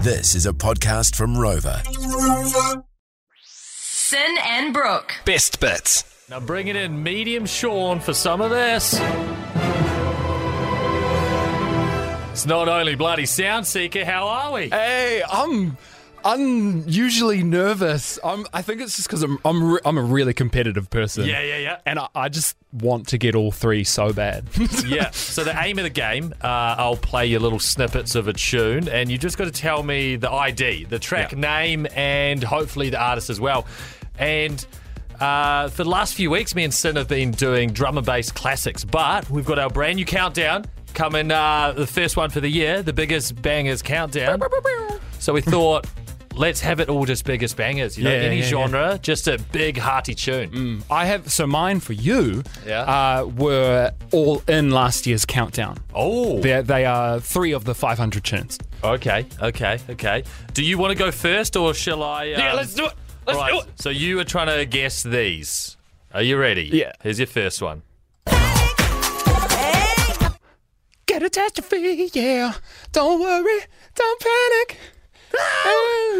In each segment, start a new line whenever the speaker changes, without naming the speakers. This is a podcast from Rover.
Sin and Brooke.
Best bits.
Now bring it in, medium Sean, for some of this. It's not only bloody Sound Seeker, how are we?
Hey, I'm unusually nervous. I'm, I think it's just because I'm, I'm, re- I'm a really competitive person.
Yeah, yeah, yeah.
And I, I just want to get all three so bad.
yeah. So the aim of the game, uh, I'll play you little snippets of a tune, and you just got to tell me the ID, the track name, and hopefully the artist as well. And uh, for the last few weeks, me and Sin have been doing drum and bass classics, but we've got our brand new countdown coming. Uh, the first one for the year, the biggest bangers countdown. So we thought. Let's have it all just biggest bangers, you know,
Yeah,
any
yeah, Mm. yeah.
genre, just a big hearty tune.
I have so mine for you.
Yeah.
Uh, were all in last year's countdown.
Oh,
They're, they are three of the 500 tunes.
Okay, okay, okay. Do you want to go first or shall I? Um,
do it.
right, So you are trying to guess these. Are you ready?
Yeah.
Here's your first one.
Catastrophe, yeah. Don't worry, don't panic.
Ah!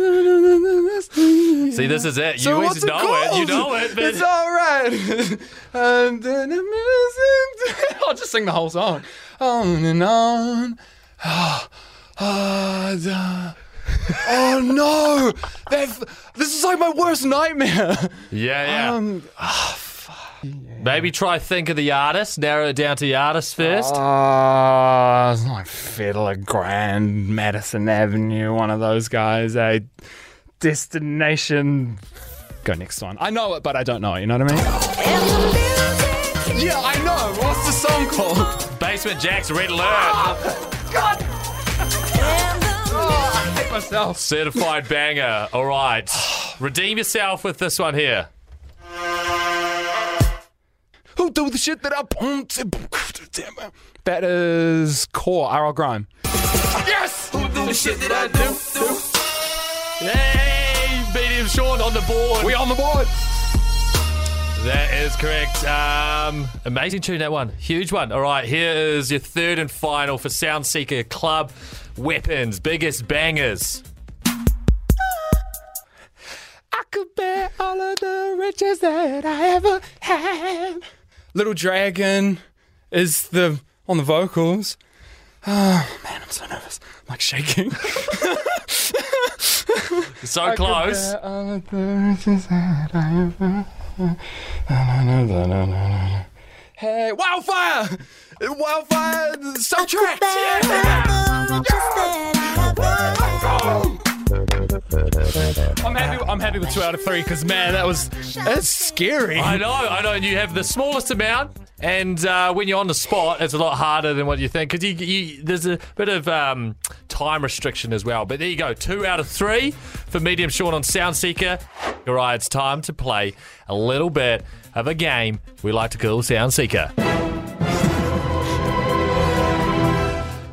See, this is it. You always know it. You know it. But
It's all right. and then the music. I'll just sing the whole song. On and on. Ah, ah, da. oh no! They've, this is like my worst nightmare.
yeah, yeah.
Um,
Maybe try think of the artist. Narrow it down to the artist first.
Uh, it's not like Fiddler Grand, Madison Avenue, one of those guys. A destination. Go next one. I know it, but I don't know it. You know what I mean? Yeah, I know. What's the song called?
Basement Jack's Red Alert.
Ah. I hate myself.
Certified banger. All right. Redeem yourself with this one here.
Who do the shit that I want to- Damn it. That is core Arrow Grime. Yes. Who do the shit that I do?
Hey, medium Sean on the board.
We on the board.
That is correct. Um, amazing tune, that one. Huge one. All right, here is your third and final for Sound Seeker Club Weapons, biggest bangers.
I could bear all of the riches that I ever had. Little Dragon is the on the vocals. Oh man, I'm so nervous. I'm like shaking.
So close.
all of the riches that I ever had. Hey, wildfire! Wildfire soundtrack! Yeah! I'm happy. I'm happy with two out of three because man, that was that's scary.
I know, I know. And you have the smallest amount, and uh, when you're on the spot, it's a lot harder than what you think because you, you, there's a bit of um, time restriction as well. But there you go, two out of three for Medium Sean on Sound Seeker. All right, it's time to play a little bit of a game we like to call Sound Seeker.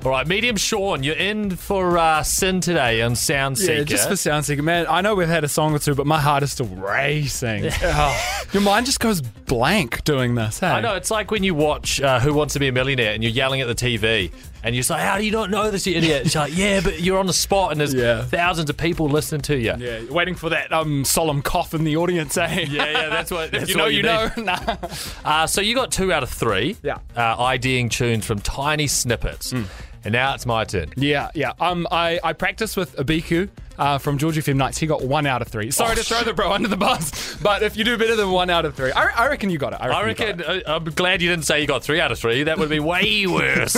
All right, Medium Sean, you're in for uh, Sin today on Sound Seeker.
Yeah, just for sound seeker, man. I know we've had a song or two, but my heart is still racing. Oh, your mind just goes blank doing this. Hey?
I know it's like when you watch uh, Who Wants to Be a Millionaire and you're yelling at the TV and you're just like, "How do you not know this, you idiot?" It's like, "Yeah, but you're on the spot and there's
Yeah.
thousands of people listening to you." Yeah,
Yeah, you're waiting for that um solemn cough in the audience. Hey,
yeah, that's what that's
you know,
what
you,
you
know.
need.
Nah.
Uh, so you got two out of three.
Yeah. Hmm.
uh, IDing tunes from tiny snippets, and now it's my turn.
Yeah, yeah. Um, I I practiced with Abiku. Uh, from Georgie FM Nights, he got one out of three. Sorry
Oh,
to throw
shit.
the bro under the bus, but if you do better than one out of three, I, I reckon you got it. I reckon.
I
you got
reckon
it.
uh, I'm glad you didn't say you got three out of three. That would be way worse.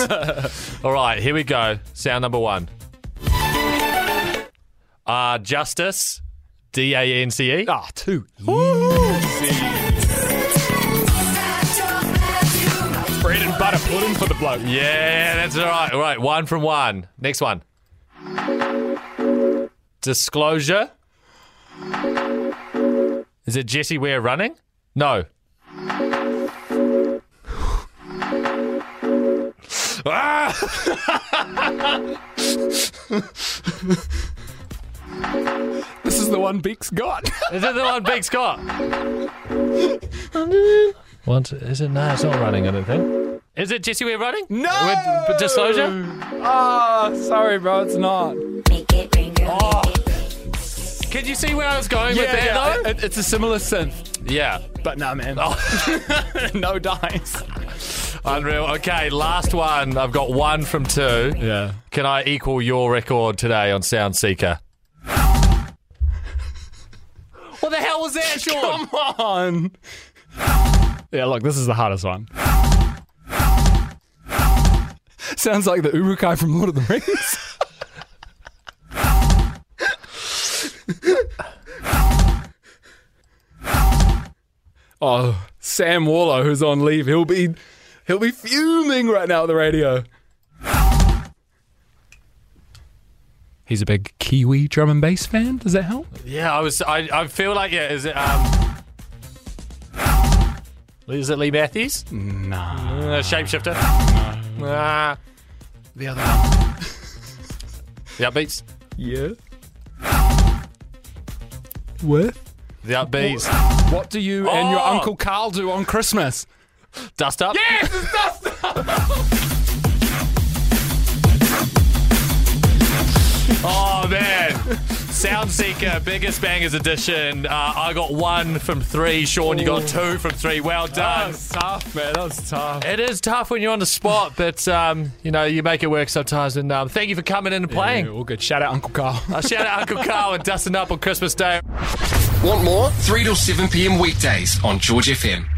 All right, here we go. Sound number one. Uh, justice, D A N C E.
Ah, two. Bread and butter pudding for the bloke.
Yeah, that's all right. All right, one from one. Next one. Disclosure. Is it Jesse Ware running? No. Ah!
This is the one Beak's got.
Is it the one Big Scott? One, two, is it? No, it's not running, I don't think. Is it Jesse Ware running?
No!
With- with disclosure?
Ah, sorry, bro, it's not.
Make it rain, girl.
Can you see where I was going with
yeah,
that
it- it's a similar synth,
though? Yeah.
but nah, man,
Oh,
no dice.
unreal. Okay, last one. I've got one from two.
Yeah.
Can I equal your record today on Sound Seeker? what the hell was that, Sean?
Come on. Yeah, look, this is the hardest one. Sounds like the Urukai from Lord of the Rings. oh, Sam Waller, who's on leave, he'll be he'll be fuming right now at the radio. He's a big Kiwi drum and bass fan. Does that help?
Yeah, I was. I, I feel like yeah. Is it um? Is it Lee Matthews?
Nah.
Uh, shapeshifter. Ah,
The other one.
the upbeats.
Yeah. With?
The upbeats.
What do you and your
Oh!
Uncle Carl do on Christmas?
Dust up.
Yes, it's dust
Oh man, Sound Seeker, biggest bangers edition. Uh, I got one from three. Sean, you got two from three. Well done.
tough, man. That was tough.
It is tough when you're on the spot, but um, you know you make it work sometimes. And um, thank you for coming in and playing.
Yeah, all good. Shout out Uncle Carl.
Uh, shout out Uncle Carl and dusting up on Christmas Day.
Want more? 3 till 7 p.m. weekdays on George FM.